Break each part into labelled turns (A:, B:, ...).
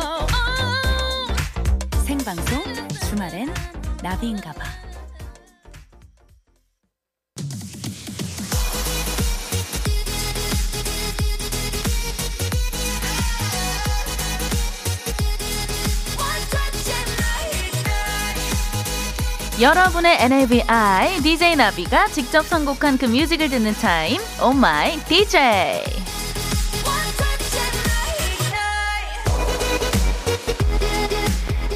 A: 어,
B: 방송 주말엔 나비인가봐.
A: 여러분의 NABI DJ 나비가 직접 선곡한 그 뮤직을 듣는 타임 Oh 오 마이 DJ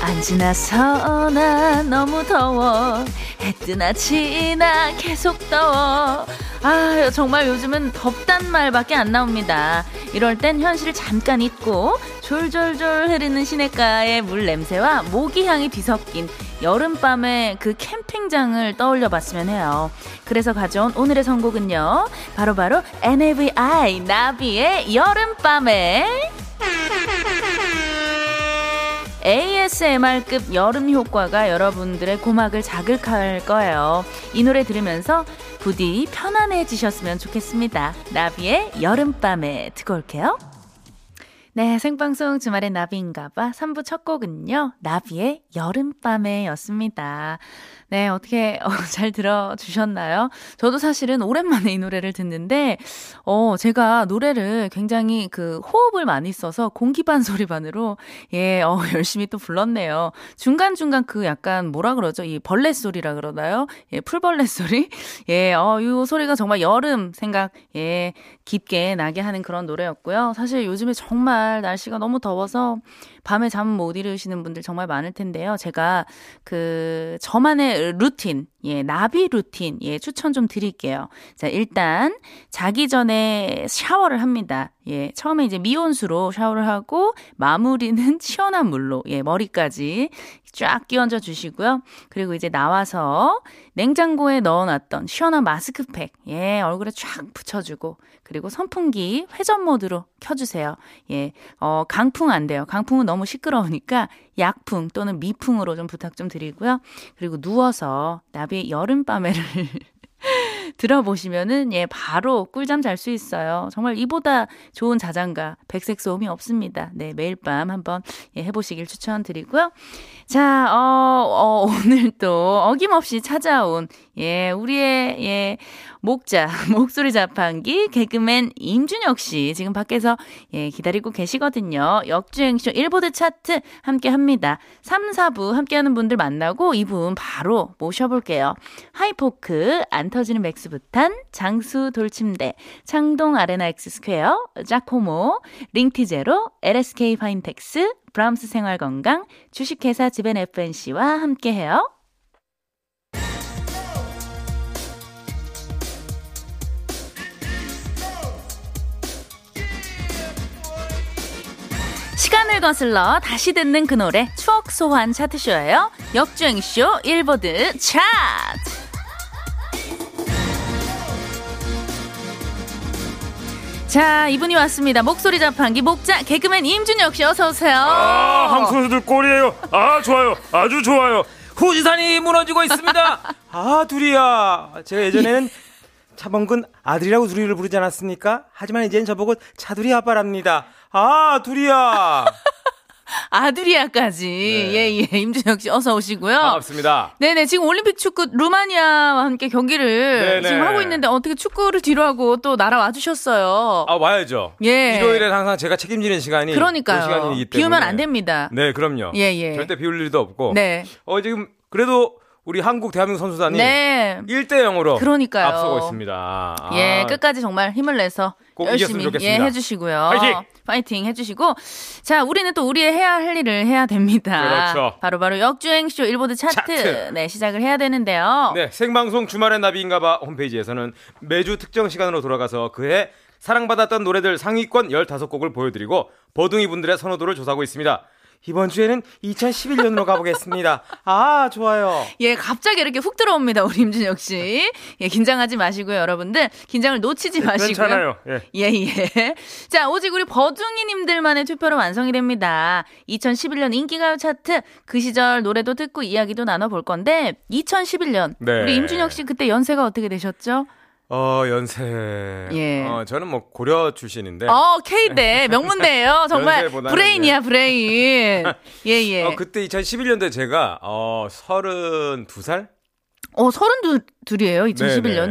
A: 안 지나서나 너무 더워 해 뜨나 지나 계속 더워 아 정말 요즘은 덥단 말밖에 안 나옵니다 이럴 땐 현실을 잠깐 잊고 졸졸졸 흐르는 시냇가의 물 냄새와 모기향이 뒤섞인 여름밤의 그 캠핑장을 떠올려 봤으면 해요 그래서 가져온 오늘의 선곡은요 바로바로 NAVI 나비의 여름밤에 ASMR급 여름 효과가 여러분들의 고막을 자극할 거예요. 이 노래 들으면서 부디 편안해지셨으면 좋겠습니다. 나비의 여름밤에 듣고 올게요. 네, 생방송 주말의 나비인가봐 3부 첫 곡은요. 나비의 여름밤에였습니다. 네, 어떻게 어, 잘 들어주셨나요? 저도 사실은 오랜만에 이 노래를 듣는데, 어, 제가 노래를 굉장히 그 호흡을 많이 써서 공기반 소리반으로, 예, 어, 열심히 또 불렀네요. 중간중간 그 약간 뭐라 그러죠? 이 벌레 소리라 그러나요? 예, 풀벌레 소리? 예, 어, 이 소리가 정말 여름 생각, 예, 깊게 나게 하는 그런 노래였고요. 사실 요즘에 정말 날씨가 너무 더워서 밤에 잠 못 이루시는 분들 정말 많을 텐데요. 제가 그 저만의 루틴, 예, 나비 루틴, 예, 추천 좀 드릴게요. 자, 일단 자기 전에 샤워를 합니다. 예, 처음에 이제 미온수로 샤워를 하고 마무리는 시원한 물로, 예, 머리까지 쫙 끼얹어 주시고요. 그리고 이제 나와서 냉장고에 넣어놨던 시원한 마스크팩, 예, 얼굴에 쫙 붙여주고, 그리고 선풍기 회전 모드로 켜주세요. 예, 어, 강풍 안 돼요. 강풍은 너무 시끄러우니까 약풍 또는 미풍으로 좀 부탁 좀 드리고요. 그리고 누워서 나비의 여름밤에를 들어보시면은 예 바로 꿀잠 잘 수 있어요. 정말 이보다 좋은 자장가 백색 소음이 없습니다. 네 매일 밤 한번 예, 해보시길 추천드리고요. 자 어, 어, 오늘 또 어김없이 찾아온 예 우리의 예 목자 목소리 자판기 개그맨 임준혁 씨 지금 밖에서 예 기다리고 계시거든요. 역주행쇼 일보드 차트 함께합니다. 3, 4부 함께하는 분들 만나고 이분 바로 모셔볼게요. 하이포크 안 터지는 맥스부탄, 장수 돌침대, 창동 아레나 엑스스퀘어, 자코모, 링티제로, LSK 파인텍스, 브람스 생활건강, 주식회사 지벤 FNC와 함께해요. 시간을 거슬러 다시 듣는 그 노래 추억 소환 차트쇼예요. 역주행쇼 일보드 차트. 자, 이분이 왔습니다. 목소리 자판기 목자 개그맨 임준혁 씨 어서 오세요.
C: 아, 한국에서들 꼴이에요. 아, 좋아요. 아주 좋아요. 후지산이 무너지고 있습니다. 아, 두리야. 제가 예전에는 차범근 아들이라고 두리를 부르지 않았습니까? 하지만 이제는 저보고 차두리 아빠랍니다. 아, 두리야.
A: 아드리아까지.
C: 네.
A: 예, 예. 임준혁 씨 어서 오시고요.
C: 아, 반갑습니다.
A: 네네 지금 올림픽 축구 루마니아와 함께 경기를
C: 네네.
A: 지금 하고 있는데 어떻게 축구를 뒤로 하고 또 날아와 주셨어요.
C: 아, 와야죠.
A: 예.
C: 일요일엔 항상 제가 책임지는 시간이 그
A: 그러니까요.
C: 시간이기 때문에.
A: 비우면 안 됩니다.
C: 네, 그럼요.
A: 예, 예.
C: 절대 비울 일도 없고.
A: 네.
C: 어, 지금 그래도 우리 한국 대한민국 선수단이
A: 네.
C: 1대 0으로
A: 그러니까요.
C: 앞서고 있습니다. 아.
A: 예, 끝까지 정말 힘을 내서
C: 꼭 이겼으면
A: 열심히 예,
C: 좋겠습니다.
A: 해주시고요.
C: 파이팅!
A: 파이팅 해주시고 자 우리는 또 우리의 해야 할 일을 해야 됩니다.
C: 그렇죠.
A: 바로 바로 역주행쇼 일보드 차트,
C: 차트.
A: 네 시작을 해야
D: 아.
A: 되는데요.
C: 네, 생방송 주말의 나비인가봐 홈페이지에서는 매주 특정 시간으로 돌아가서 그해 사랑받았던 노래들 상위권 15곡을 보여드리고 버둥이 분들의 선호도를 조사하고 있습니다. 이번 주에는 2011년으로 가보겠습니다. 아, 좋아요.
A: 예, 갑자기 이렇게 훅 들어옵니다. 우리 임준혁 씨. 예, 긴장하지 마시고요, 여러분들. 긴장을 놓치지 마시고요.
C: 괜찮아요. 예.
A: 예, 예. 자, 오직 우리 버둥이님들만의 투표로 완성이 됩니다. 2011년 인기가요 차트. 그 시절 노래도 듣고 이야기도 나눠볼 건데, 2011년.
C: 네.
A: 우리 임준혁 씨 그때 연세가 어떻게 되셨죠?
C: 어, 연세.
D: 예.
C: 어, 저는 뭐 고려 출신인데.
D: 어, K대 명문대예요. 정말
C: 연세보다는
D: 브레인이야, 브레인. 예, 예.
C: 어, 그때 2011년도에 제가 어, 32살?
D: 어, 서른 둘이에요. 2011년이.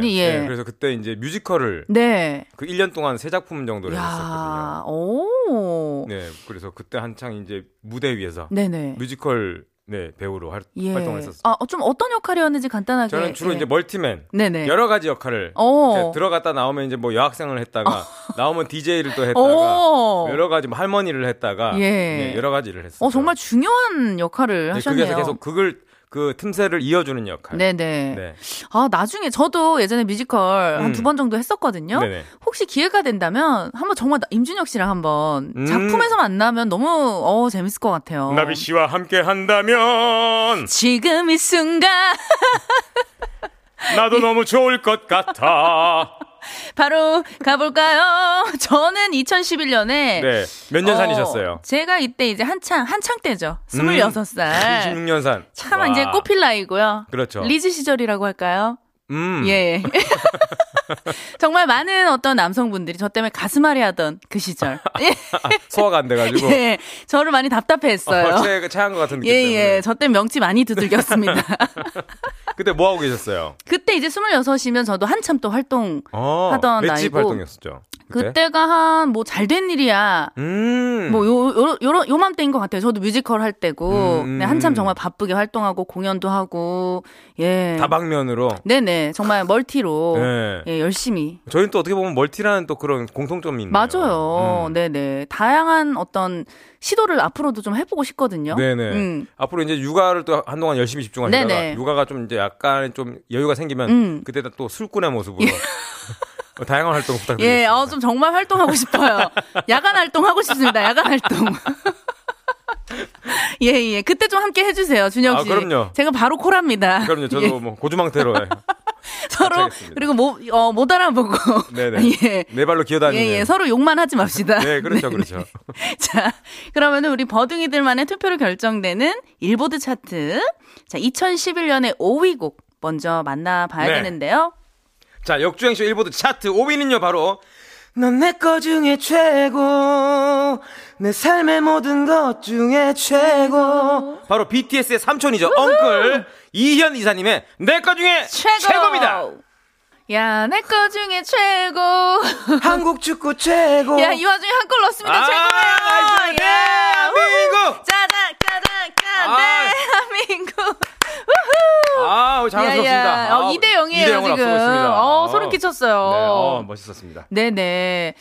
C: 네, 네.
D: 예.
C: 네, 그래서 그때 이제 뮤지컬을
D: 네.
C: 그 1년 동안 세 작품 정도를 했었거든요.
D: 야, 오.
C: 네. 그래서 그때 한창 이제 무대 위에서
D: 어? 네, 네.
C: 뮤지컬 네, 배우로 활,
D: 예.
C: 활동을 했었어요.
D: 아, 어, 좀 어떤 역할이었는지 간단하게.
C: 저는 주로
D: 예.
C: 이제 멀티맨
D: 네, 네.
C: 여러 가지 역할을
D: 오.
C: 이렇게 들어갔다 나오면 이제 뭐 여학생을
D: 어.
C: 했다가 나오면 DJ를 또 했다가
D: 오.
C: 여러 가지 뭐 할머니를 했다가
D: 어. 예.
C: 예, 여러 가지를 했어요.
D: 어, 정말 중요한 역할을
C: 네,
D: 하셨네요.
C: 그래서 계속 그걸 그 틈새를 이어주는 역할.
D: 네네.
C: 네.
D: 아, 나중에 저도 예전에 뮤지컬 한
C: 음.
D: 두 번 정도 했었거든요.
C: 네네.
D: 혹시 기회가 된다면 한번 정말 나- 임준혁 씨랑 한번
C: 음.
D: 작품에서 만나면 너무 어 재밌을 것 같아요.
C: 나비 씨와 함께 한다면
D: 지금 이 순간
C: 나도 너무 좋을 것 같아.
D: 바로 가볼까요? 저는 2011년에
C: 네. 몇 년 산이셨어요?
D: 제가 이때 이제 한창 한창 때죠.
C: 음,
D: 26살.
C: 26년 산.
D: 네. 참
C: 와.
D: 이제 꽃필 나이고요.
C: 그렇죠.
D: 리즈 시절이라고 할까요?
C: 음.
D: 예. 정말 많은 어떤 남성분들이 저 때문에 가슴 아리하던 그 시절.
C: 소화가 안 돼가지고.
D: 예. 저를 많이 답답해 했어요.
C: 어, 체, 체한 것 같은
D: 예,
C: 느낌 때문에.
D: 예. 저 때 명치 많이 두들겼습니다.
C: 그때 뭐 하고 계셨어요?
D: 그때 이제 26이면 저도 한참 또 활동,
C: 어,
D: 하던
C: 맷집
D: 나이고.
C: 활동이었었죠. 그때?
D: 그때가 한 뭐 잘 된 일이야.
C: 음.
D: 뭐 요, 요, 요, 요맘때인 것 같아요. 저도 뮤지컬 할 때고.
C: 음,
D: 네,
C: 음.
D: 한참 정말 바쁘게 활동하고 공연도 하고. 예.
C: 다방면으로.
D: 네네. 정말 멀티로.
C: 네.
D: 예, 열심히.
C: 저희는 또 어떻게 보면 멀티라는 또 그런 공통점이 있네요.
D: 맞아요.
C: 음.
D: 네네. 다양한 어떤 시도를 앞으로도 좀 해보고 싶거든요.
C: 네네.
D: 음.
C: 앞으로 이제 육아를 또 한동안 열심히 집중하시다가
D: 네네.
C: 육아가 좀 이제 약간 좀 여유가 생기면
D: 음.
C: 그때 또 술꾼의 모습으로 다양한 활동 부탁드립니다.
D: 예, 어, 좀 정말 활동하고 싶어요. 야간 활동하고 싶습니다. 야간 활동. 예, 예. 그때 좀 함께 해주세요, 준혁
C: 아,
D: 씨.
C: 그럼요.
D: 제가 바로 콜합니다.
C: 그럼요. 저도
D: 예,
C: 뭐 고주망태로 같이
D: 서로,
C: 하겠습니다.
D: 그리고 못, 어, 못 알아보고.
C: 네네.
D: 예.
C: 네 발로 기어다니는.
D: 예, 예. 서로 욕만 하지 맙시다.
C: 네, 그렇죠,
D: 네네.
C: 그렇죠.
D: 자, 그러면은 우리 버둥이들만의 투표로 결정되는 일보드 차트. 자, 2011년의 5위 곡 먼저 만나봐야
C: 네.
D: 되는데요.
C: 자, 역주행쇼 일보드 차트 5위는요, 바로 넌 내 거 중에 최고 내 삶의 모든 것 중에 최고 바로 BTS의 삼촌이죠 엉클 이현 이사님의 내 거 중에
D: 최고!
C: 최고입니다
D: 야, 내 거 중에 최고.
C: 한국 축구 최고
D: 야, 이 와중에 한 골 넣었습니다.
C: 아,
D: 최고예요.
C: 나이스.
D: 야,
C: 대한민국!
D: 짜잔, 짜잔, 짜잔,
C: 아.
D: 대한민국.
C: 아,
D: 야, 야.
C: 장난스럽습니다.
D: 어, 2대 0이에요, 지금. 어, 소름 끼쳤어요.
C: 네, 어, 멋있었습니다.
D: 네네.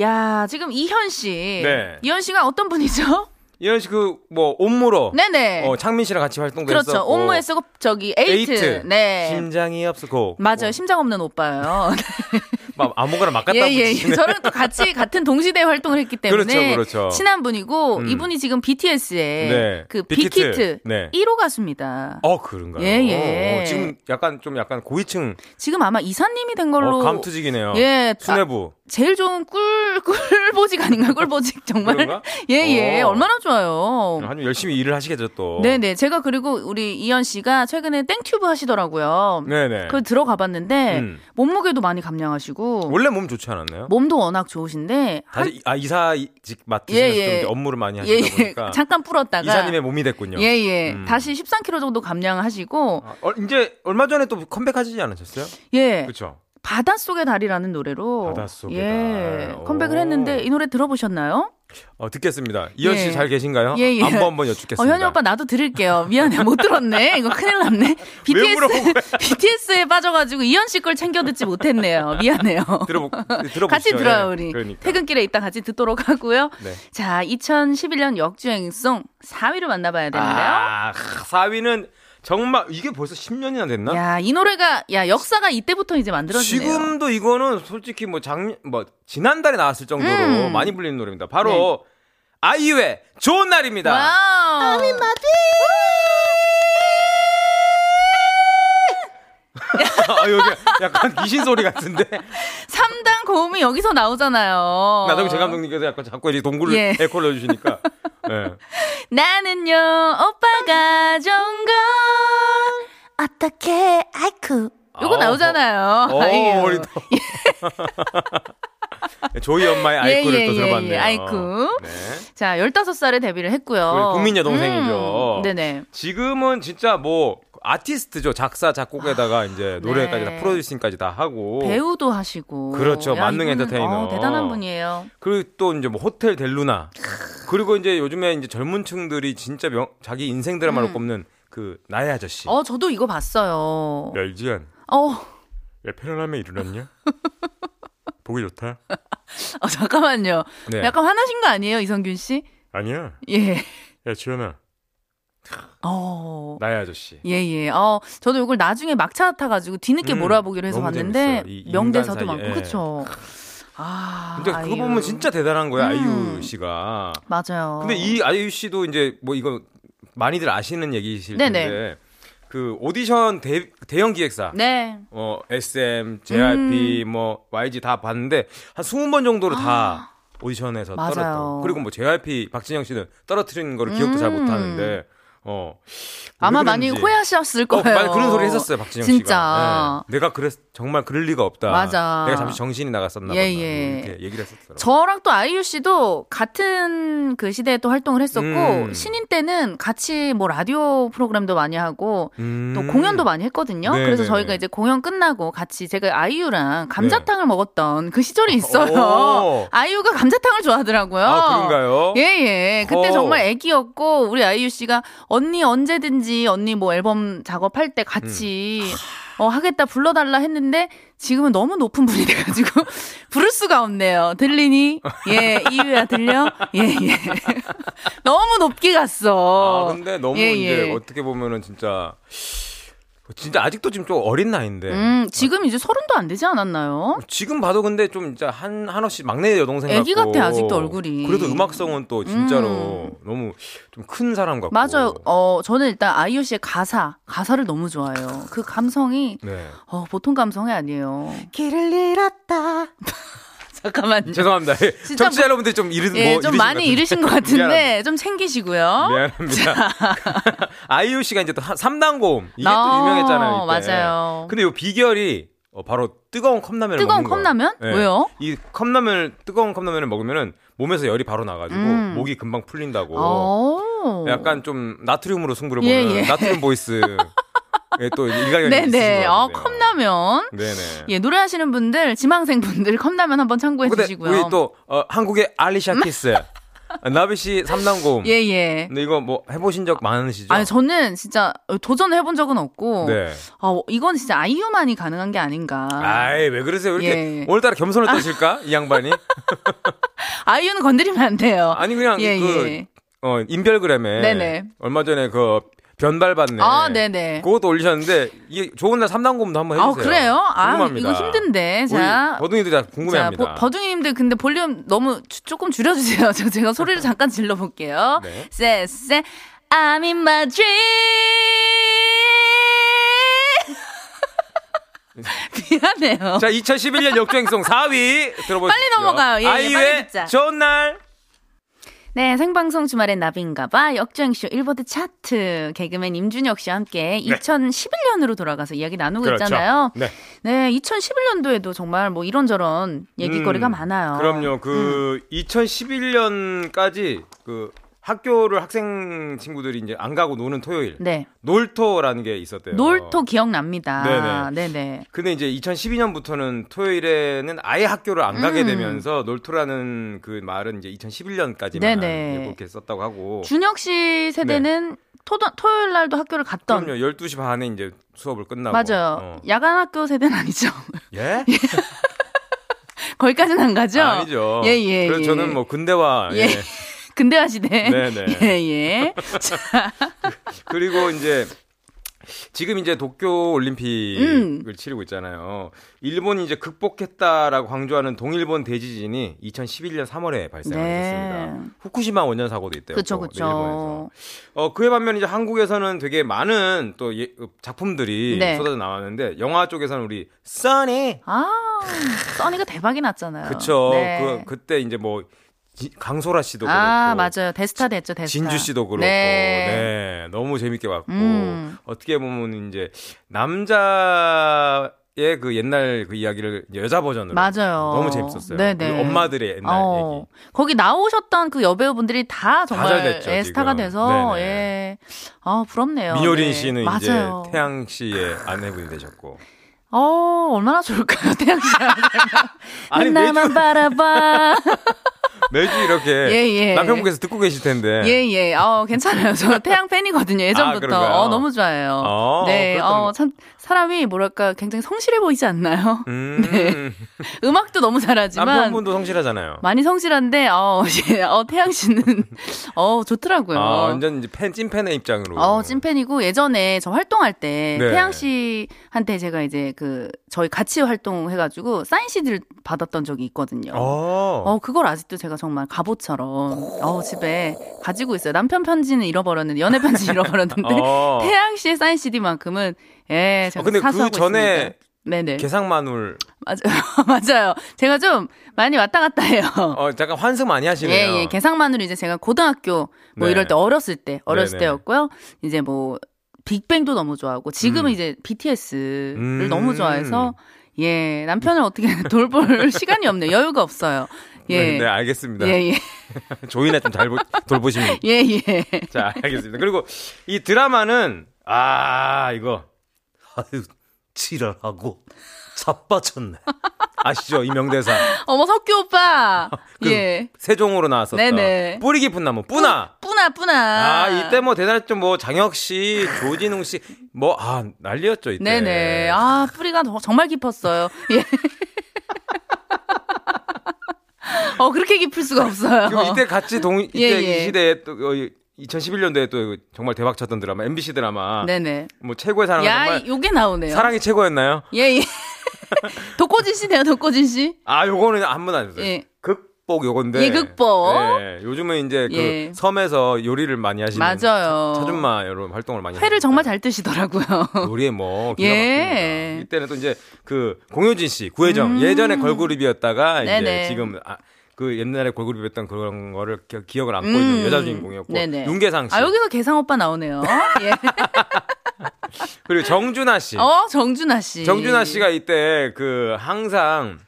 D: 야, 지금 이현 씨.
C: 네.
D: 이현 씨가 어떤 분이죠?
C: 이현 씨 그 뭐 옴무로
D: 네네.
C: 어, 창민 씨랑 같이 활동도
D: 그렇죠.
C: 했었고
D: 옴무에 쓰고 저기 에이트. 네.
C: 심장이 어. 없고 뭐,
D: 맞아요. 심장 없는 오빠예요.
C: 막 아무거나 막 갖다
D: 예, 예,
C: 붙이시네.
D: 예. 저랑 또 같이 같은 동시대 활동을 했기 때문에
C: 그렇죠, 그렇죠.
D: 친한 분이고
C: 음.
D: 이분이 지금 BTS의
C: 네.
D: 그
C: 빅히트.
D: 빅히트,
C: 네.
D: 1호 가수입니다.
C: 어 그런가요?
D: 예, 예.
C: 어, 지금 약간 좀 약간 고위층
D: 지금 아마 이사님이 된
C: 어,
D: 걸로
C: 감투직이네요.
D: 예, 아,
C: 수뇌부
D: 제일 좋은 꿀 꿀보직 아닌가? 꿀보직 정말.
C: 그런가?
D: 예, 예.
C: 어. 음,
D: 얼마나 좋아요.
C: 아주 열심히 일을 하시겠죠 또.
D: 어. 네, 네. 제가 그리고 우리 이현 씨가 최근에 땡튜브 하시더라고요.
C: 네네.
D: 그걸 들어가 봤는데 뭐
C: 음.
D: 몸무게도 많이 감량하시고
C: 원래 몸 좋지 않았나요?
D: 몸도 워낙 좋으신데
C: 다시 아 이사직 맡으시면서
D: 예, 예.
C: 좀 이제 업무를 많이 하시다
D: 예, 예.
C: 보니까
D: 잠깐 불었다가
C: 이사님의 몸이 됐군요.
D: 예, 예.
C: 음.
D: 다시 13kg 정도 감량하시고,
C: 아, 어, 이제 얼마 전에 또 컴백하시지 않으셨어요?
D: 예.
C: 그렇죠.
D: 바닷속의 달이라는 노래로.
C: 바닷속의
D: 예.
C: 달.
D: 컴백을
C: 오.
D: 했는데, 이 노래 들어보셨나요?
C: 어, 듣겠습니다. 이현
D: 예.
C: 씨 잘 계신가요?
D: 예, 예.
C: 안부 한번 여쭙겠습니다.
D: 어, 현이 오빠 나도 들을게요. 미안해. 못 들었네. 이거 큰일 났네. BTS,
C: 물어보고
D: BTS에 빠져가지고 이현 씨 걸 챙겨 듣지 못했네요. 미안해요.
C: 들어보 들어보시죠.
D: 같이 들어요,
C: 예.
D: 우리.
C: 그러니까.
D: 퇴근길에 이따 같이 듣도록 하고요.
C: 네.
D: 자, 2011년 역주행송 4위를 만나봐야 되는데요.
C: 아, 4위는 정말 이게 벌써 10년이나 됐나?
D: 야, 이 노래가, 야, 역사가 이때부터 이제
C: 어?
D: 만들어지네요.
C: 지금도 이거는 솔직히 뭐 작년 뭐 지난달에 나왔을 정도로
D: 음. 네.
C: 많이 불리는 노래입니다. 바로 아이유의 좋은 날입니다.
D: 와우.
C: 아, 여기 약간 귀신 소리 같은데.
D: 3단 고음이 여기서 나오잖아요.
C: 나중에 그 제 감독님께서 약간 자꾸 이 동굴을
D: 어. 예.
C: 에코를 넣어주시니까. 예.
D: 나는요, 오빠가 좋은 걸. 어떻게 알고 요거
C: 아우, 뭐.
D: 나오잖아요.
C: 어,
D: 아이고.
C: 우리 또. 조이 엄마의 아이쿠를
D: 예,
C: 또
D: 예,
C: 들어봤네요.
D: 예, 아이쿠.
C: 네.
D: 자, 15살에 데뷔를 했고요.
C: 우리 국민 여동생이죠.
D: 음, 네네.
C: 지금은 진짜 뭐 아티스트죠. 작사, 작곡에다가 이제 노래까지
D: 네.
C: 다 프로듀싱까지 다 하고.
D: 배우도 하시고.
C: 그렇죠. 만능
D: 이분은,
C: 엔터테이너. 네.
D: 어, 대단한 분이에요.
C: 그리고 또 이제 뭐 호텔 델루나. 그리고 이제 요즘에 이제 젊은 층들이 진짜 명, 자기 인생 드라마로 꼽는 그 나의 아저씨.
D: 음. 어, 저도 이거 봤어요.
C: 열지연.
D: 어,
C: 야, 편안함에 일어났냐? 보기 좋다.
D: 어, 잠깐만요.
C: 네.
D: 약간 화나신 거 아니에요, 이성균 씨?
C: 아니야.
D: 예.
C: 야, 지연아.
D: 어.
C: 나의 아저씨.
D: 예, 예. 어, 저도 이걸 나중에 막차 타가지고 뒤늦게
C: 음,
D: 몰아보기로 해서
C: 너무
D: 봤는데,
C: 재밌어요. 이 인간
D: 명대사도
C: 사이에,
D: 많고,
C: 예.
D: 그쵸. 아.
C: 근데 그거
D: 아이유.
C: 보면 진짜 대단한 거야,
D: 음.
C: 아이유 씨가.
D: 맞아요.
C: 근데 이 아이유 씨도 이제 뭐 이거 많이들 아시는 얘기실 텐데
D: 네네.
C: 그 오디션 대, 대형 기획사
D: 네. 음.
C: 어 SM, JYP 뭐 YG 다 봤는데 한 20번 정도를 다 오디션에서
D: 아. 맞아요.
C: 떨어뜨고 그리고 뭐 JYP 박진영 씨는 떨어뜨리는 거를 기억도 잘
D: 음.
C: 못 하는데 어
D: 아마
C: 왜
D: 많이
C: 그랬는지.
D: 호야하셨을
C: 어,
D: 거예요.
C: 많이 그런 소리 했었어요 박진영
D: 진짜.
C: 씨가 네. 내가 그랬 정말 그럴 리가 없다
D: 맞아.
C: 내가 잠시 정신이 나갔었나
D: 예,
C: 보다
D: 예.
C: 이렇게 얘기를 했었더라고요
D: 저랑 또 아이유 씨도 같은 그 시대에 또 활동을 했었고
C: 음.
D: 신인 때는 같이 뭐 라디오 프로그램도 많이 하고
C: 음.
D: 또 공연도 많이 했거든요.
C: 네,
D: 그래서
C: 네,
D: 저희가
C: 네.
D: 이제 공연 끝나고 같이 제가 아이유랑 감자탕을 먹었던 그 시절이 있어요.
C: 오.
D: 아이유가 감자탕을 좋아하더라고요.
C: 아 그런가요?
D: 예, 예. 그때
C: 어.
D: 정말 애기였고, 우리 아이유 씨가 언니 언제든지 언니 뭐 앨범 작업할 때 같이
C: 음.
D: 어, 하겠다 불러달라 했는데 지금은 너무 높은 분이 돼가지고 부를 수가 없네요. 들리니? 예, 이유야 들려? 예, 예. 너무 높게 갔어.
C: 아, 근데 너무
D: 예,
C: 이제
D: 예.
C: 어떻게 보면은 진짜 진짜 아직도 지금 좀 어린 나이인데
D: 음, 지금 이제 서른도 안 되지 않았나요?
C: 지금 봐도 근데 좀 진짜 한 한없이 막내 여동생
D: 애기
C: 같고
D: 같아, 아직도 얼굴이.
C: 그래도 음악성은 또 진짜로 너무 좀 큰 사람 같고
D: 맞아요. 어, 저는 일단 아이유 씨의 가사, 가사를 너무 좋아해요. 그 감성이,
C: 네
D: 어, 보통 감성이 아니에요.
E: 길을 잃었다.
D: 잠깐만요.
C: 죄송합니다
D: 진짜
C: 청취자 여러분들 좀 이르
D: 예,
C: 뭐
D: 좀
C: 이르신
D: 많이
C: 것
D: 잃으신 것 같은데
C: 미안합니다.
D: 좀 챙기시고요.
C: 미안합니다 아이유 씨가 이제 또 3단 고음 이게 또
D: 아,
C: 유명했잖아요 이때.
D: 맞아요.
C: 근데 요 비결이 어, 바로 뜨거운 컵라면을
D: 뜨거운
C: 먹는 거예요.
D: 컵라면?
C: 네.
D: 왜요?
C: 이 컵라면을 뜨거운 컵라면을 먹으면은 몸에서 열이 바로 나가지고
D: 음.
C: 목이 금방 풀린다고.
D: 오.
C: 약간 좀 나트륨으로 승부를
D: 예,
C: 보는
D: 예.
C: 나트륨 보이스. 예, 또 일가견이
D: 네네.
C: 있으신 것
D: 어,
C: 같은데요.
D: 컵라면.
C: 네네.
D: 예, 뭐 노래하시는 분들, 지망생 분들 컵라면 한번 참고해
C: 근데
D: 주시고요. 음.
C: 우리 또 어, 한국의 알리샤 키스, 나비 씨 삼남고음.
D: 예, 예.
C: 근데 이거 뭐 해보신 적 많으시죠?
D: 아니 저는 진짜 도전을 해본 적은 없고
C: 네.
D: 아, 이건 진짜 아이유만이 가능한 게 아닌가.
C: 아이 왜 그러세요? 왜 이렇게
D: 예.
C: 오늘따라 겸손을 떠실까 이 양반이?
D: 아이유는 건드리면 안 돼요.
C: 아니 그냥
D: 예,
C: 그
D: 예.
C: 어, 인별그램에
D: 네네.
C: 얼마 전에 그 변발 받네.
D: 아, 네네.
C: 그것도 올리셨는데 이게 좋은 날 3단검도 한번
D: 아,
C: 해주세요.
D: 그래요? 아,
C: 궁금합니다.
D: 이거 힘든데.
C: 우리
D: 자,
C: 버둥이들 다
D: 자,
C: 궁금해합니다.
D: 버, 버둥이님들 근데 볼륨 너무 주- 조금 줄여주세요. 저 제가 소리를 잠깐 질러볼게요.
C: 네.
D: 쎄쎄, I'm in my dream. 미안해요.
C: 자, 2011년 역주행송 4위 들어보시죠.
D: 빨리 넘어가요. 예, 예, 빨리
C: 아이유의
D: 듣자.
C: 좋은 날.
D: 네, 생방송 주말엔 나비인가봐 역주행쇼 일보드 차트 개그맨 임준혁 씨와 함께 2011년으로 돌아가서 이야기 나누고 있잖아요.
C: 네.
D: 네, 2011년도에도 정말 뭐 이런저런 얘기거리가
C: 음,
D: 많아요. 음.
C: 그럼요. 그 2011년까지 그 학교를 학생 친구들이 이제 안 가고 노는 토요일.
D: 네,
C: 놀토라는 게 있었대요.
D: 놀토 기억납니다. 네네.
C: 근데 이제 2012년부터는 토요일에는 아예 학교를 안 가게
D: 음.
C: 되면서 놀토라는 그 말은 이제 2011년까지만
D: 네네.
C: 그렇게 썼다고 하고
D: 준혁 씨 세대는 토, 토요일 날도 학교를 갔던
C: 네. 그럼요 12시 반에 이제 수업을 끝나고
D: 맞아요.
C: 어.
D: 야간 학교 세대는 아니죠.
C: 예?
D: 거기까지는 안 가죠.
C: 아니죠.
D: 예, 예.
C: 그래서
D: 예.
C: 저는 뭐 근대화. 예.
D: 예. 근대화 시대.
C: 네네.
D: 예, 예.
C: 그리고 이제 지금 이제 도쿄 올림픽을
D: 음.
C: 치르고 있잖아요. 일본이 이제 극복했다라고 광조하는 동일본 대지진이 2011년 3월에 발생했습니다.
D: 네.
C: 후쿠시마 원전 사고도 있대요.
D: 그렇죠, 그쵸,
C: 또 네,
D: 그쵸.
C: 어, 그에 반면 이제 한국에서는 되게 많은 또 예- 작품들이
D: 네.
C: 쏟아져 나왔는데 영화 쪽에서는 우리 써니
D: 아, 써니가 대박이 났잖아요.
C: 그쵸.
D: 네.
C: 그, 그때 이제 뭐 지- 강소라 씨도 그렇고.
D: 아, 맞아요. 데스타 됐죠, 데스타.
C: 진주 씨도 그렇고.
D: 네.
C: 네, 너무 재밌게 봤고.
D: 음.
C: 어떻게 보면 이제 남자의 그 옛날 그 이야기를 이제 여자 버전으로.
D: 맞아요.
C: 너무 재밌었어요.
D: 네네.
C: 그 엄마들의 옛날
D: 어, 거기 나오셨던 그 여배우분들이 다 정말
C: 잘 됐죠,
D: 예, 스타가
C: 지금.
D: 돼서
C: 네네.
D: 예. 아, 부럽네요.
C: 얘기. 민효린
D: 네.
C: 씨는
D: 맞아요.
C: 이제 태양 씨의 아내분이 되셨고.
D: 어, 얼마나 좋을까요, 태양 씨.
C: 아니,
D: 나만
C: 매주,
D: 바라봐.
C: 매주 이렇게
D: 예, 예.
C: 남편분께서 듣고 계실 텐데.
D: 예, 예. 어, 괜찮아요. 저 태양 팬이거든요. 예전부터.
C: 네. 아, 그런가요?
D: 어, 너무 좋아해요.
C: 어,
D: 네.
C: 그렇다는
D: 어, 참, 사람이 뭐랄까, 굉장히 성실해 보이지 않나요?
C: 음, 아,
D: 음악도 너무 네. 잘하지만.
C: 남편분도 성실하잖아요.
D: 많이 성실한데, 어, 예. 어, 태양 씨는, 어, 좋더라고요.
C: 아, 완전 이제 팬, 찐팬의 입장으로.
D: 어, 찐팬이고 예전에 저 활동할 때
C: 네.
D: 태양 씨한테 제가 이제 그 저희 같이 활동해가지고 사인 CD를 받았던 적이 있거든요.
C: 어.
D: 어, 그걸 아직도 제가 정말 갑옷처럼 어, 집에 가지고 있어요. 남편 편지는 잃어버렸는데 연애 편지 는 잃어버렸는데
C: 어.
D: 태양 씨의 사인 CD만큼은 예,
C: 어,
D: 제가
C: 근데
D: 사수하고
C: 그 전에
D: 있습니다. 네네
C: 개상마눌
D: 맞아요 맞아요. 제가 좀 많이 왔다 갔다 해요.
C: 어 잠깐 환승 많이 하시네요.
D: 예, 예. 계상만으로 이제 제가 고등학교 뭐
C: 네.
D: 이럴 때 어렸을 때, 어렸을
C: 네네.
D: 때였고요. 이제 뭐 빅뱅도 너무 좋아하고 지금은 이제 BTS를
C: 음.
D: 너무 좋아해서 예, 남편을 어떻게 돌볼 시간이 없네요. 여유가 없어요.
C: 네,
D: 예.
C: 네, 알겠습니다.
D: 예, 예.
C: 조이나 좀 잘 돌보시면.
D: 예, 예.
C: 자, 알겠습니다. 그리고 이 드라마는 아, 이거
F: 아유, 지랄하고 자빠졌네.
C: 아시죠? 이명대사.
D: 어머, 석규 오빠.
C: 그
D: 예.
C: 세종으로 나왔었다.
D: 네네.
C: 뿌리 깊은 나무 뿌나.
D: 뿌나, 뿌나.
C: 아, 이때 뭐 대단했죠. 뭐 장혁 씨, 조진웅 씨, 뭐 아, 난리였죠, 이때.
D: 네네. 아, 뿌리가 더- 정말 깊었어요. 예. 어, 그렇게 깊을 수가 없어요.
C: 그리고 이때 같이 동 이때
D: 예, 예.
C: 이 시대에 또 2011년도에 또 정말 대박 쳤던 드라마 MBC 드라마
D: 네네.
C: 뭐 최고의 사랑
D: 야,
C: 정말
D: 이 요게 나오네요.
C: 사랑이 최고였나요?
D: 예, 예. 독고진 씨네요, 독고진 씨.
C: 아, 요거는 한 번 아니었어요.
D: 예.
C: 극복 요건데.
D: 예, 극복.
C: 예, 요즘은 이제 그
D: 예.
C: 섬에서 요리를 많이 하시는
D: 맞아요.
C: 차- 차준마 여러분 활동을 많이
D: 회를
C: 하시니까
D: 정말 잘 드시더라고요.
C: 요리에 뭐 기가
D: 예.
C: 막힙니다. 이때는 또 이제 그 공효진 씨, 구혜정 예전에 걸그룹이었다가
D: 음. 네네.
C: 이제 지금 아, 그 옛날에 걸그룹이었던 그런 거를 기- 기억을 안고
D: 음.
C: 있는 여자 주인공이었고
D: 네네.
C: 윤계상 씨
D: 아, 여기서 개상 오빠 나오네요. 예.
C: 그리고 정준하 씨.
D: 어, 예. 정준하 씨.
C: 정준하 씨가 이때 그 항상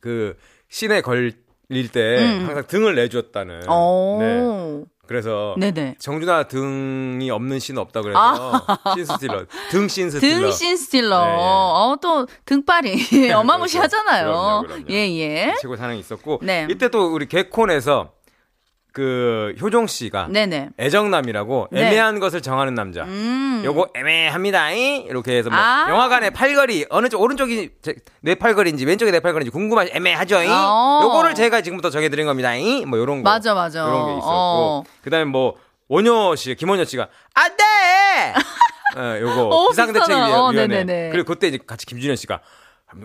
C: 그 신에 걸릴 때
D: 음.
C: 항상 등을 내주었다는. 네.
D: 어.
C: 그래서
D: 네. 네
C: 정준하 등이 없는 신 없다 그래서 신스틸러 등신 스틸러
D: 아. 등신 스틸러.
C: 네, 예. 네, 그렇죠.
D: 어, 또 등발이 어마무시 하잖아요.
C: 그럼요, 그럼요.
D: 예, 예.
C: 최고 사랑이 있었고
D: 네.
C: 이때 또 우리 개콘에서 그 효종 씨가
D: 네네.
C: 애정남이라고
D: 네.
C: 애매한 것을 정하는 남자.
D: 음.
C: 요거 애매합니다. 잉? 이렇게 해서 뭐
D: 아.
C: 영화관의 팔걸이 어느 쪽 오른쪽이 제- 내 팔걸이인지 왼쪽이 내 팔걸이인지 궁금하지 애매하죠. 잉?
D: 어.
C: 요거를 제가 지금부터 정해드린 겁니다. 잉? 뭐 요런 거
D: 맞아, 맞아.
C: 그런 게 있었고
D: 어.
C: 그다음에 뭐 원효 씨, 김원효 씨가 안돼. 어, 요거
D: 어,
C: 비상대책위원회
D: 비슷하다. 어, 네네네.
C: 그리고 그때 이제 같이 김준현 씨가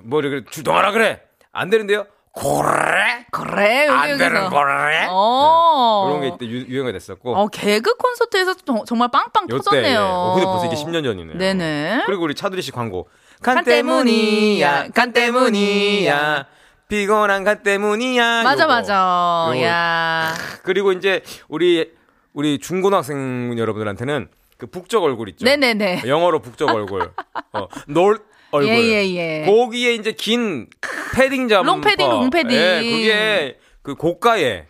C: 뭐 이렇게 주동하라 그래 안 되는데요. 고래
D: 그래, 네, 여기,
C: 안 되는
D: 여기서.
C: 거래.
D: 어.
C: 이런 게 이때 유, 행이 됐었고
D: 어, 개그 콘서트에서 정- 정말 빵빵
C: 요때
D: 터졌네요.
C: 예. 어, 근데 벌써 이게 10년 전이네요.
D: 네네.
C: 그리고 우리 차두리 씨 광고.
D: 간 때문이야, 간 때문이야.
C: 피곤한 간 때문이야.
D: 맞아
C: 요거.
D: 맞아.
C: 요거.
D: 야.
C: 그리고 이제 우리 우리 중고등학생 여러분들한테는 그 북적 얼굴 있죠.
D: 네네네.
C: 영어로 북적 얼굴. 어, 놀 얼굴.
D: 예, 예.
C: 거기에 이제 긴 패딩 잠.
D: 롱패딩, 롱패딩.
C: 예, 그게 그 고가에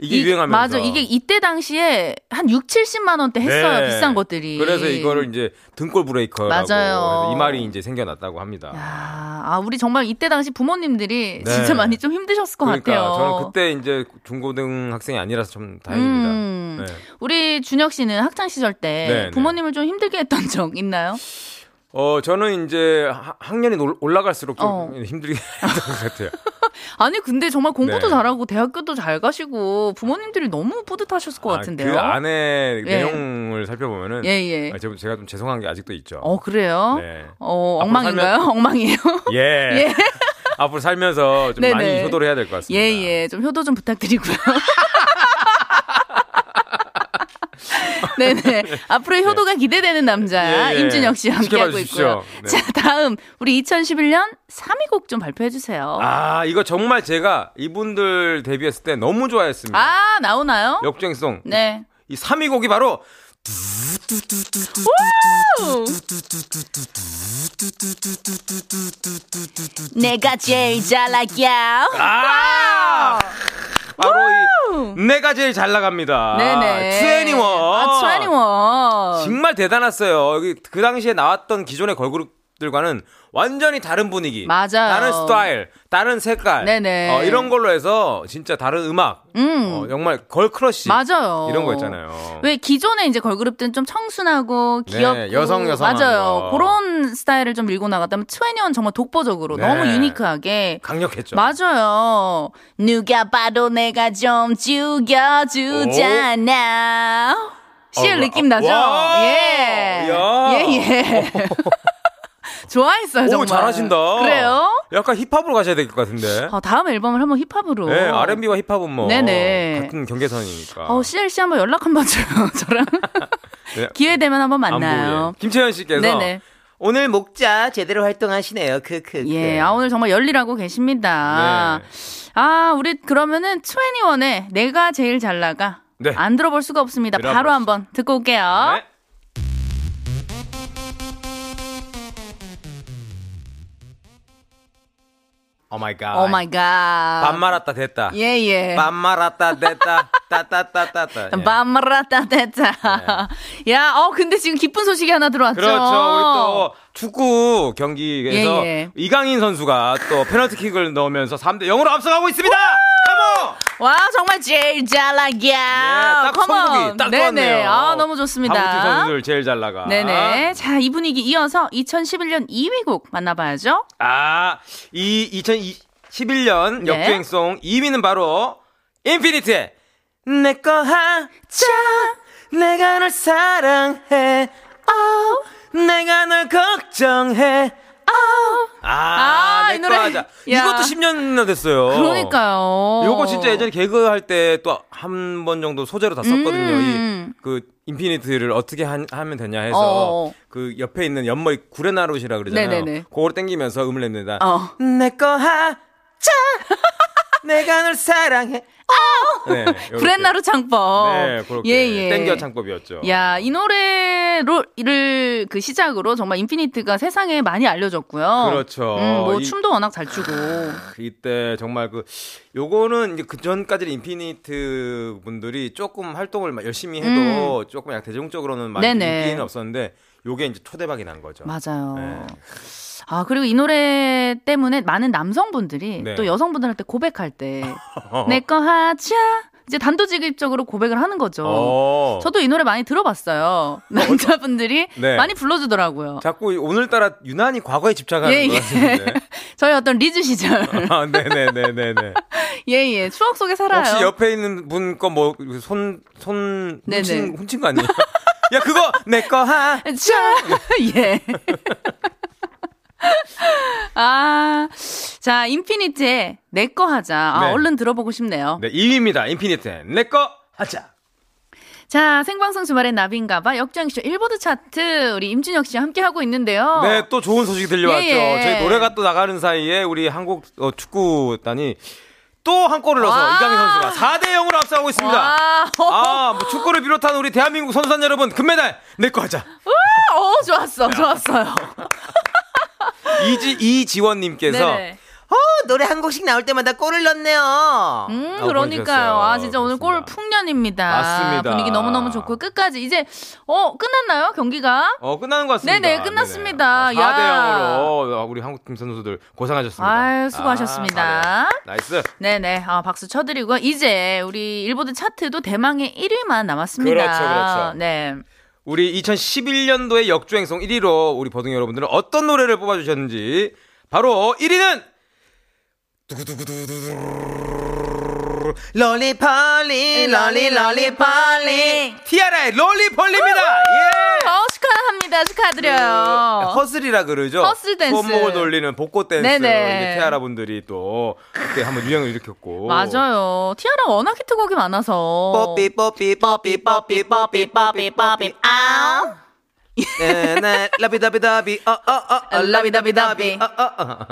C: 이게
D: 이-
C: 유행하면서.
D: 맞아. 이게 이때 당시에 한 6, 70만 원대 했어요.
C: 네.
D: 비싼 것들이.
C: 그래서 이거를 이제 등골 브레이커라고
D: 맞아요.
C: 그래서 이 말이 이제 생겨났다고 합니다.
D: 야, 아, 우리 정말 이때 당시 부모님들이
C: 네.
D: 진짜 많이 좀 힘드셨을 것
C: 그러니까
D: 같아요.
C: 저는 그때 이제 중고등학생이 아니라서 참 다행입니다.
D: 음.
C: 네.
D: 우리 준혁 씨는 학창 시절 때
C: 네, 네.
D: 부모님을 좀 힘들게 했던 적 있나요?
C: 어 저는 이제 하- 학년이 놀- 올라갈수록 좀
D: 어.
C: 힘들게 했던 것 같아요.
D: 아니 근데 정말 공부도
C: 네.
D: 잘하고 대학교도 잘 가시고 부모님들이 너무 뿌듯하셨을 것
C: 아,
D: 같은데요.
C: 그 안에
D: 예.
C: 내용을 살펴보면은
D: 예 예.
C: 아, 제- 제가 좀 죄송한 게 아직도 있죠.
D: 어 그래요?
C: 네.
D: 어
C: 앞으로
D: 엉망인가요? 엉망이에요?
C: 예. 앞으로 살면서 좀 많이
D: 네네.
C: 효도를 해야 될 것 같습니다.
D: 예, 예. 좀 효도 좀 부탁드리고요. 네네. 앞으로 의 효도가 기대되는 남자
C: 예, 예.
D: 임준혁 씨와
C: 지켜봐
D: 함께하고
C: 주십시오.
D: 있고요.
C: 네.
D: 자, 다음 우리 2011년 3위 곡 좀 발표해 주세요. 아,
C: 아 이거 정말 제가 이분들 데뷔했을 때 너무 좋아했습니다.
D: 나오나요?
C: 역주행송.
D: 네.
C: 이 3위 곡이 바로
D: 우! 내가 제일 잘할게요.
C: 아 바로 이 내가 제일 잘 나갑니다.
D: 네네.
C: 21.
D: 아, 21.
C: 정말 대단했어요. 여기 그 당시에 나왔던 기존의 걸그룹들과는 완전히 다른 분위기,
D: 맞아요.
C: 다른 스타일, 다른 색깔,
D: 네네.
C: 어, 이런 걸로 해서 진짜 다른 음악, 어, 정말 걸크러쉬
D: 맞아요.
C: 이런 거 있잖아요.
D: 왜 기존에 이제 걸그룹들은 좀 청순하고
C: 네,
D: 귀엽고
C: 여성, 여성한
D: 맞아요.
C: 거.
D: 그런 스타일을 좀 밀고 나갔다면 21 정말 독보적으로
C: 네.
D: 너무 유니크하게
C: 강력했죠.
D: 맞아요. 누가 봐도 내가 좀 죽여주잖아. 시의 느낌 나죠?
C: 어? 와.
D: 예.
C: 야.
D: 예, 예. 좋아했어요,
C: 오
D: 정말.
C: 잘하신다.
D: 그래요?
C: 약간 힙합으로 가셔야 될 것 같은데.
D: 아, 다음 앨범을 한번 힙합으로.
C: 네, R&B와 힙합은 뭐
D: 네네.
C: 같은 경계선이니까.
D: 어, CLC 한번 연락 한번 줘요, 저랑.
C: 네. 예.
D: 기회 되면 한번
C: 안 보여요.
D: 만나요.
C: 김채연 씨께서
D: 네네.
G: 오늘 목자 제대로 활동하시네요. 크크.
D: 예, 아, 오늘 정말 열일하고 계십니다.
C: 네.
D: 아, 우리 그러면은 21의 내가 제일 잘 나가.
C: 네.
D: 안 들어볼 수가 없습니다.
C: 들어볼
D: 바로
C: 수-
D: 한번 듣고 올게요.
C: 네. 오 마이 갓.
D: 오 마이 갓.
C: 밥 말았다 됐다.
D: Oh 예, 예.
C: 밥 말았다 됐다. 따따따따따. 예. 네.
D: 밤마라따 됐다. 야, 어, 근데 지금 기쁜 소식이 하나 들어왔죠.
C: 그렇죠. 우리 또 축구 경기에서
D: 예, 예.
C: 이강인 선수가 또 페널티킥을 넣으면서 3대 0으로 앞서가고 있습니다. 컴온!
D: 와, 정말 제일 잘 나가.
C: 예, 딱 선곡이 딱
D: 아, 네네.
C: 좋았네요.
D: 아, 너무 좋습니다.
C: 한국 팀 선수들 제일 잘 나가.
D: 네네.
C: 아.
D: 자, 이 분위기 이어서 2011년 2위 곡 만나봐야죠.
C: 아, 이 2011년
D: 네.
C: 역주행송 2위는 바로 인피니트의 내꺼 하자 내가 널 사랑해 o 내가 널 걱정해 o 아,
D: 아, 이
C: 내꺼
D: 노래.
C: 하자
D: 야.
C: 이것도 10년이나 됐어요
D: 그러니까요.
C: 요거 진짜 예전에 개그 할 때 또 한 번 정도 소재로 다 썼거든요.
D: 음.
C: 이 그 인피니트를 어떻게 한- 하면 되냐 해서
D: 어어.
C: 그 옆에 있는 옆머리 구레나룻이라 그러잖아요.
D: 네네네.
C: 그걸 땡기면서 음을 냅니다.
D: 어.
C: 내꺼 하자. 내가 널 사랑해.
D: 어.
C: 네, 요렇게.
D: 브랜나루 예, 창법.
C: 네, 그렇게 땡겨 창법이었죠.
D: 야, 이 노래를 그 시작으로 정말 인피니트가 세상에 많이 알려졌고요.
C: 그렇죠.
D: 음, 뭐
C: 이-
D: 춤도 워낙 잘 추고.
C: 이때 정말 그 요거는 이제 그 전까지는 인피니트 분들이 조금 활동을 막 열심히 해도 조금 약 대중적으로는 많이
D: 음. 네네.
C: 인기는 없었는데 요게 이제 초대박이 난 거죠.
D: 맞아요.
C: 네.
D: 아, 그리고 이 노래 때문에 많은 남성분들이
C: 네.
D: 또 여성분들한테 고백할 때 내 거 하자. 이제 단도직입적으로 고백을 하는 거죠.
C: 어.
D: 저도 이 노래 많이 들어봤어요. 남자분들이
C: 네.
D: 많이 불러주더라고요.
C: 자꾸 이- 오늘따라 유난히 과거에 집착하는
D: 예,
C: 것
D: 예.
C: 같은데.
D: 저희 어떤 리즈 시절.
C: 아, 네네네네네.
D: 예, 예. 추억 속에 살아요.
C: 혹시 옆에 있는 분 거 뭐 손 손 훔친
D: 네네.
C: 훔친 거 아니에요? 야 그거 내 거 하.
D: 자, 예. 아, 자, 인피니트의 내 거 하자. 아,
C: 네.
D: 얼른 들어보고 싶네요.
C: 네 2위입니다. 인피니트 내 거 하자.
D: 자, 생방송 주말의 나비인가봐 역주행쇼 일보드 차트 우리 임준혁 씨와 함께 하고 있는데요.
C: 네 또 좋은 소식이 들려왔죠.
D: 어. 예, 예.
C: 저희 노래가 또 나가는 사이에 우리 한국 어, 축구단이 또 한 골을 넣어서
D: 와.
C: 이강인 선수가 4대 0으로 앞서가고 있습니다.
D: 와, 어,
C: 아, 뭐 축구를 비롯한 우리 대한민국 선수단 여러분 금메달 내 거 하자.
D: 어, 좋았어, 좋았어요.
C: 이지 이지원님께서
D: 네네.
G: 어, 노래 한 곡씩 나올 때마다 골을 넣네요.
D: 음,
C: 아,
D: 그러니까요.
C: 보내주셨어요.
D: 아, 진짜 오늘 골
C: 그렇습니다.
D: 풍년입니다.
C: 맞습니다.
D: 분위기 너무너무 좋고, 끝까지 이제, 어, 끝났나요? 경기가?
C: 어 끝나는 것 같습니다.
D: 네네, 끝났습니다.
C: 네네. 아,
D: 야.
C: 4대 0으로 우리 한국팀 선수들 고생하셨습니다.
D: 아유, 수고하셨습니다.
C: 아, 4대 0. 나이스.
D: 네네. 아, 박수 쳐드리고요. 이제 우리 일보드 차트도 대망의 1위만 남았습니다.
C: 그렇죠, 그렇죠.
D: 네.
C: 우리 2011년도의 역주행송 1위로 우리 버둥이 여러분들은 어떤 노래를 뽑아주셨는지 바로 1위는
G: 롤리폴리, 롤리폴리.
C: 티아라의 롤리폴리입니다. 예.
D: 어, 축하합니다. 축하합니다. 축하드려요.
C: 그 허슬이라 그러죠.
D: 허슬 댄스.
C: 손목을 돌리는 복고 댄스.
D: 네네.
C: 이제 태아라 분들이 또 그때 한번 유행을 일으켰고.
D: 맞아요. 티아라 워낙 히트곡이 많아서.
F: 뽀삐 뽀삐 뽀삐 뽀삐 뽀삐 뽀삐 뽀삐 아우 네네 라비다비다비 어어어
D: 라비다비다비. 아,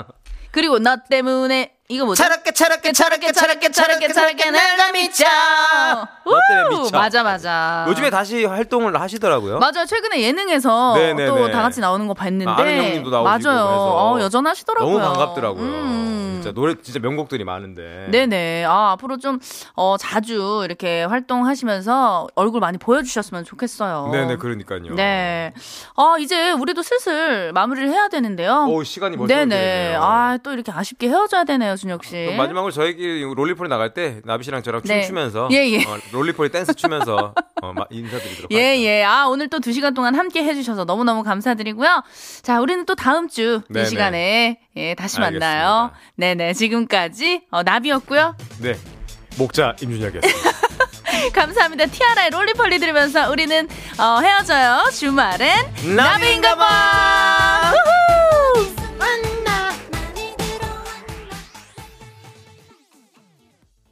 D: 그리고 너 때문에 이거 뭐죠?
F: 차갑게 차갑게 차갑게 차갑게 차갑게 차갑게 내가 미쳐
D: 어. 우!
C: 때문에 미쳐.
D: 맞아 맞아.
C: 요즘에 다시 활동을 하시더라고요.
D: 맞아요. 최근에 예능에서
C: 네네네.
D: 또 다 같이 나오는 거 봤는데
C: 아는 형님도 나오시고
D: 맞아요.
C: 그래서
D: 어, 여전하시더라고요.
C: 너무 반갑더라고요.
D: 음.
C: 진짜 노래 진짜 명곡들이 많은데.
D: 네네. 아, 앞으로 좀, 어, 자주 이렇게 활동하시면서 얼굴 많이 보여주셨으면 좋겠어요.
C: 네네 그러니까요.
D: 네. 아, 이제 우리도 슬슬 마무리를 해야 되는데요.
C: 오 시간이 벌써
D: 어. 네네.
C: 이렇게 아,
D: 아, 또 이렇게 아쉽게 헤어져야 되네요, 준혁씨.
C: 그럼 마지막으로 저희끼리 롤리폴이 나갈 때 나비 씨랑 저랑
D: 네.
C: 춤추면서
D: 예, 예.
C: 어, 롤리폴이 댄스 추면서 어, 마- 인사드리도록
D: 예,
C: 할게요.
D: 예. 아, 오늘 또 두 시간 동안 함께 해주셔서 너무너무 감사드리고요. 자, 우리는 또 다음 주 이
C: 네네.
D: 시간에, 예, 다시
C: 알겠습니다.
D: 만나요. 네네. 지금까지, 어, 나비였고요.
C: 네. 목자 임준혁이었습니다.
D: 감사합니다. 티아라의 롤리폴리 들으면서 우리는, 어, 헤어져요. 주말엔 나비인가봐!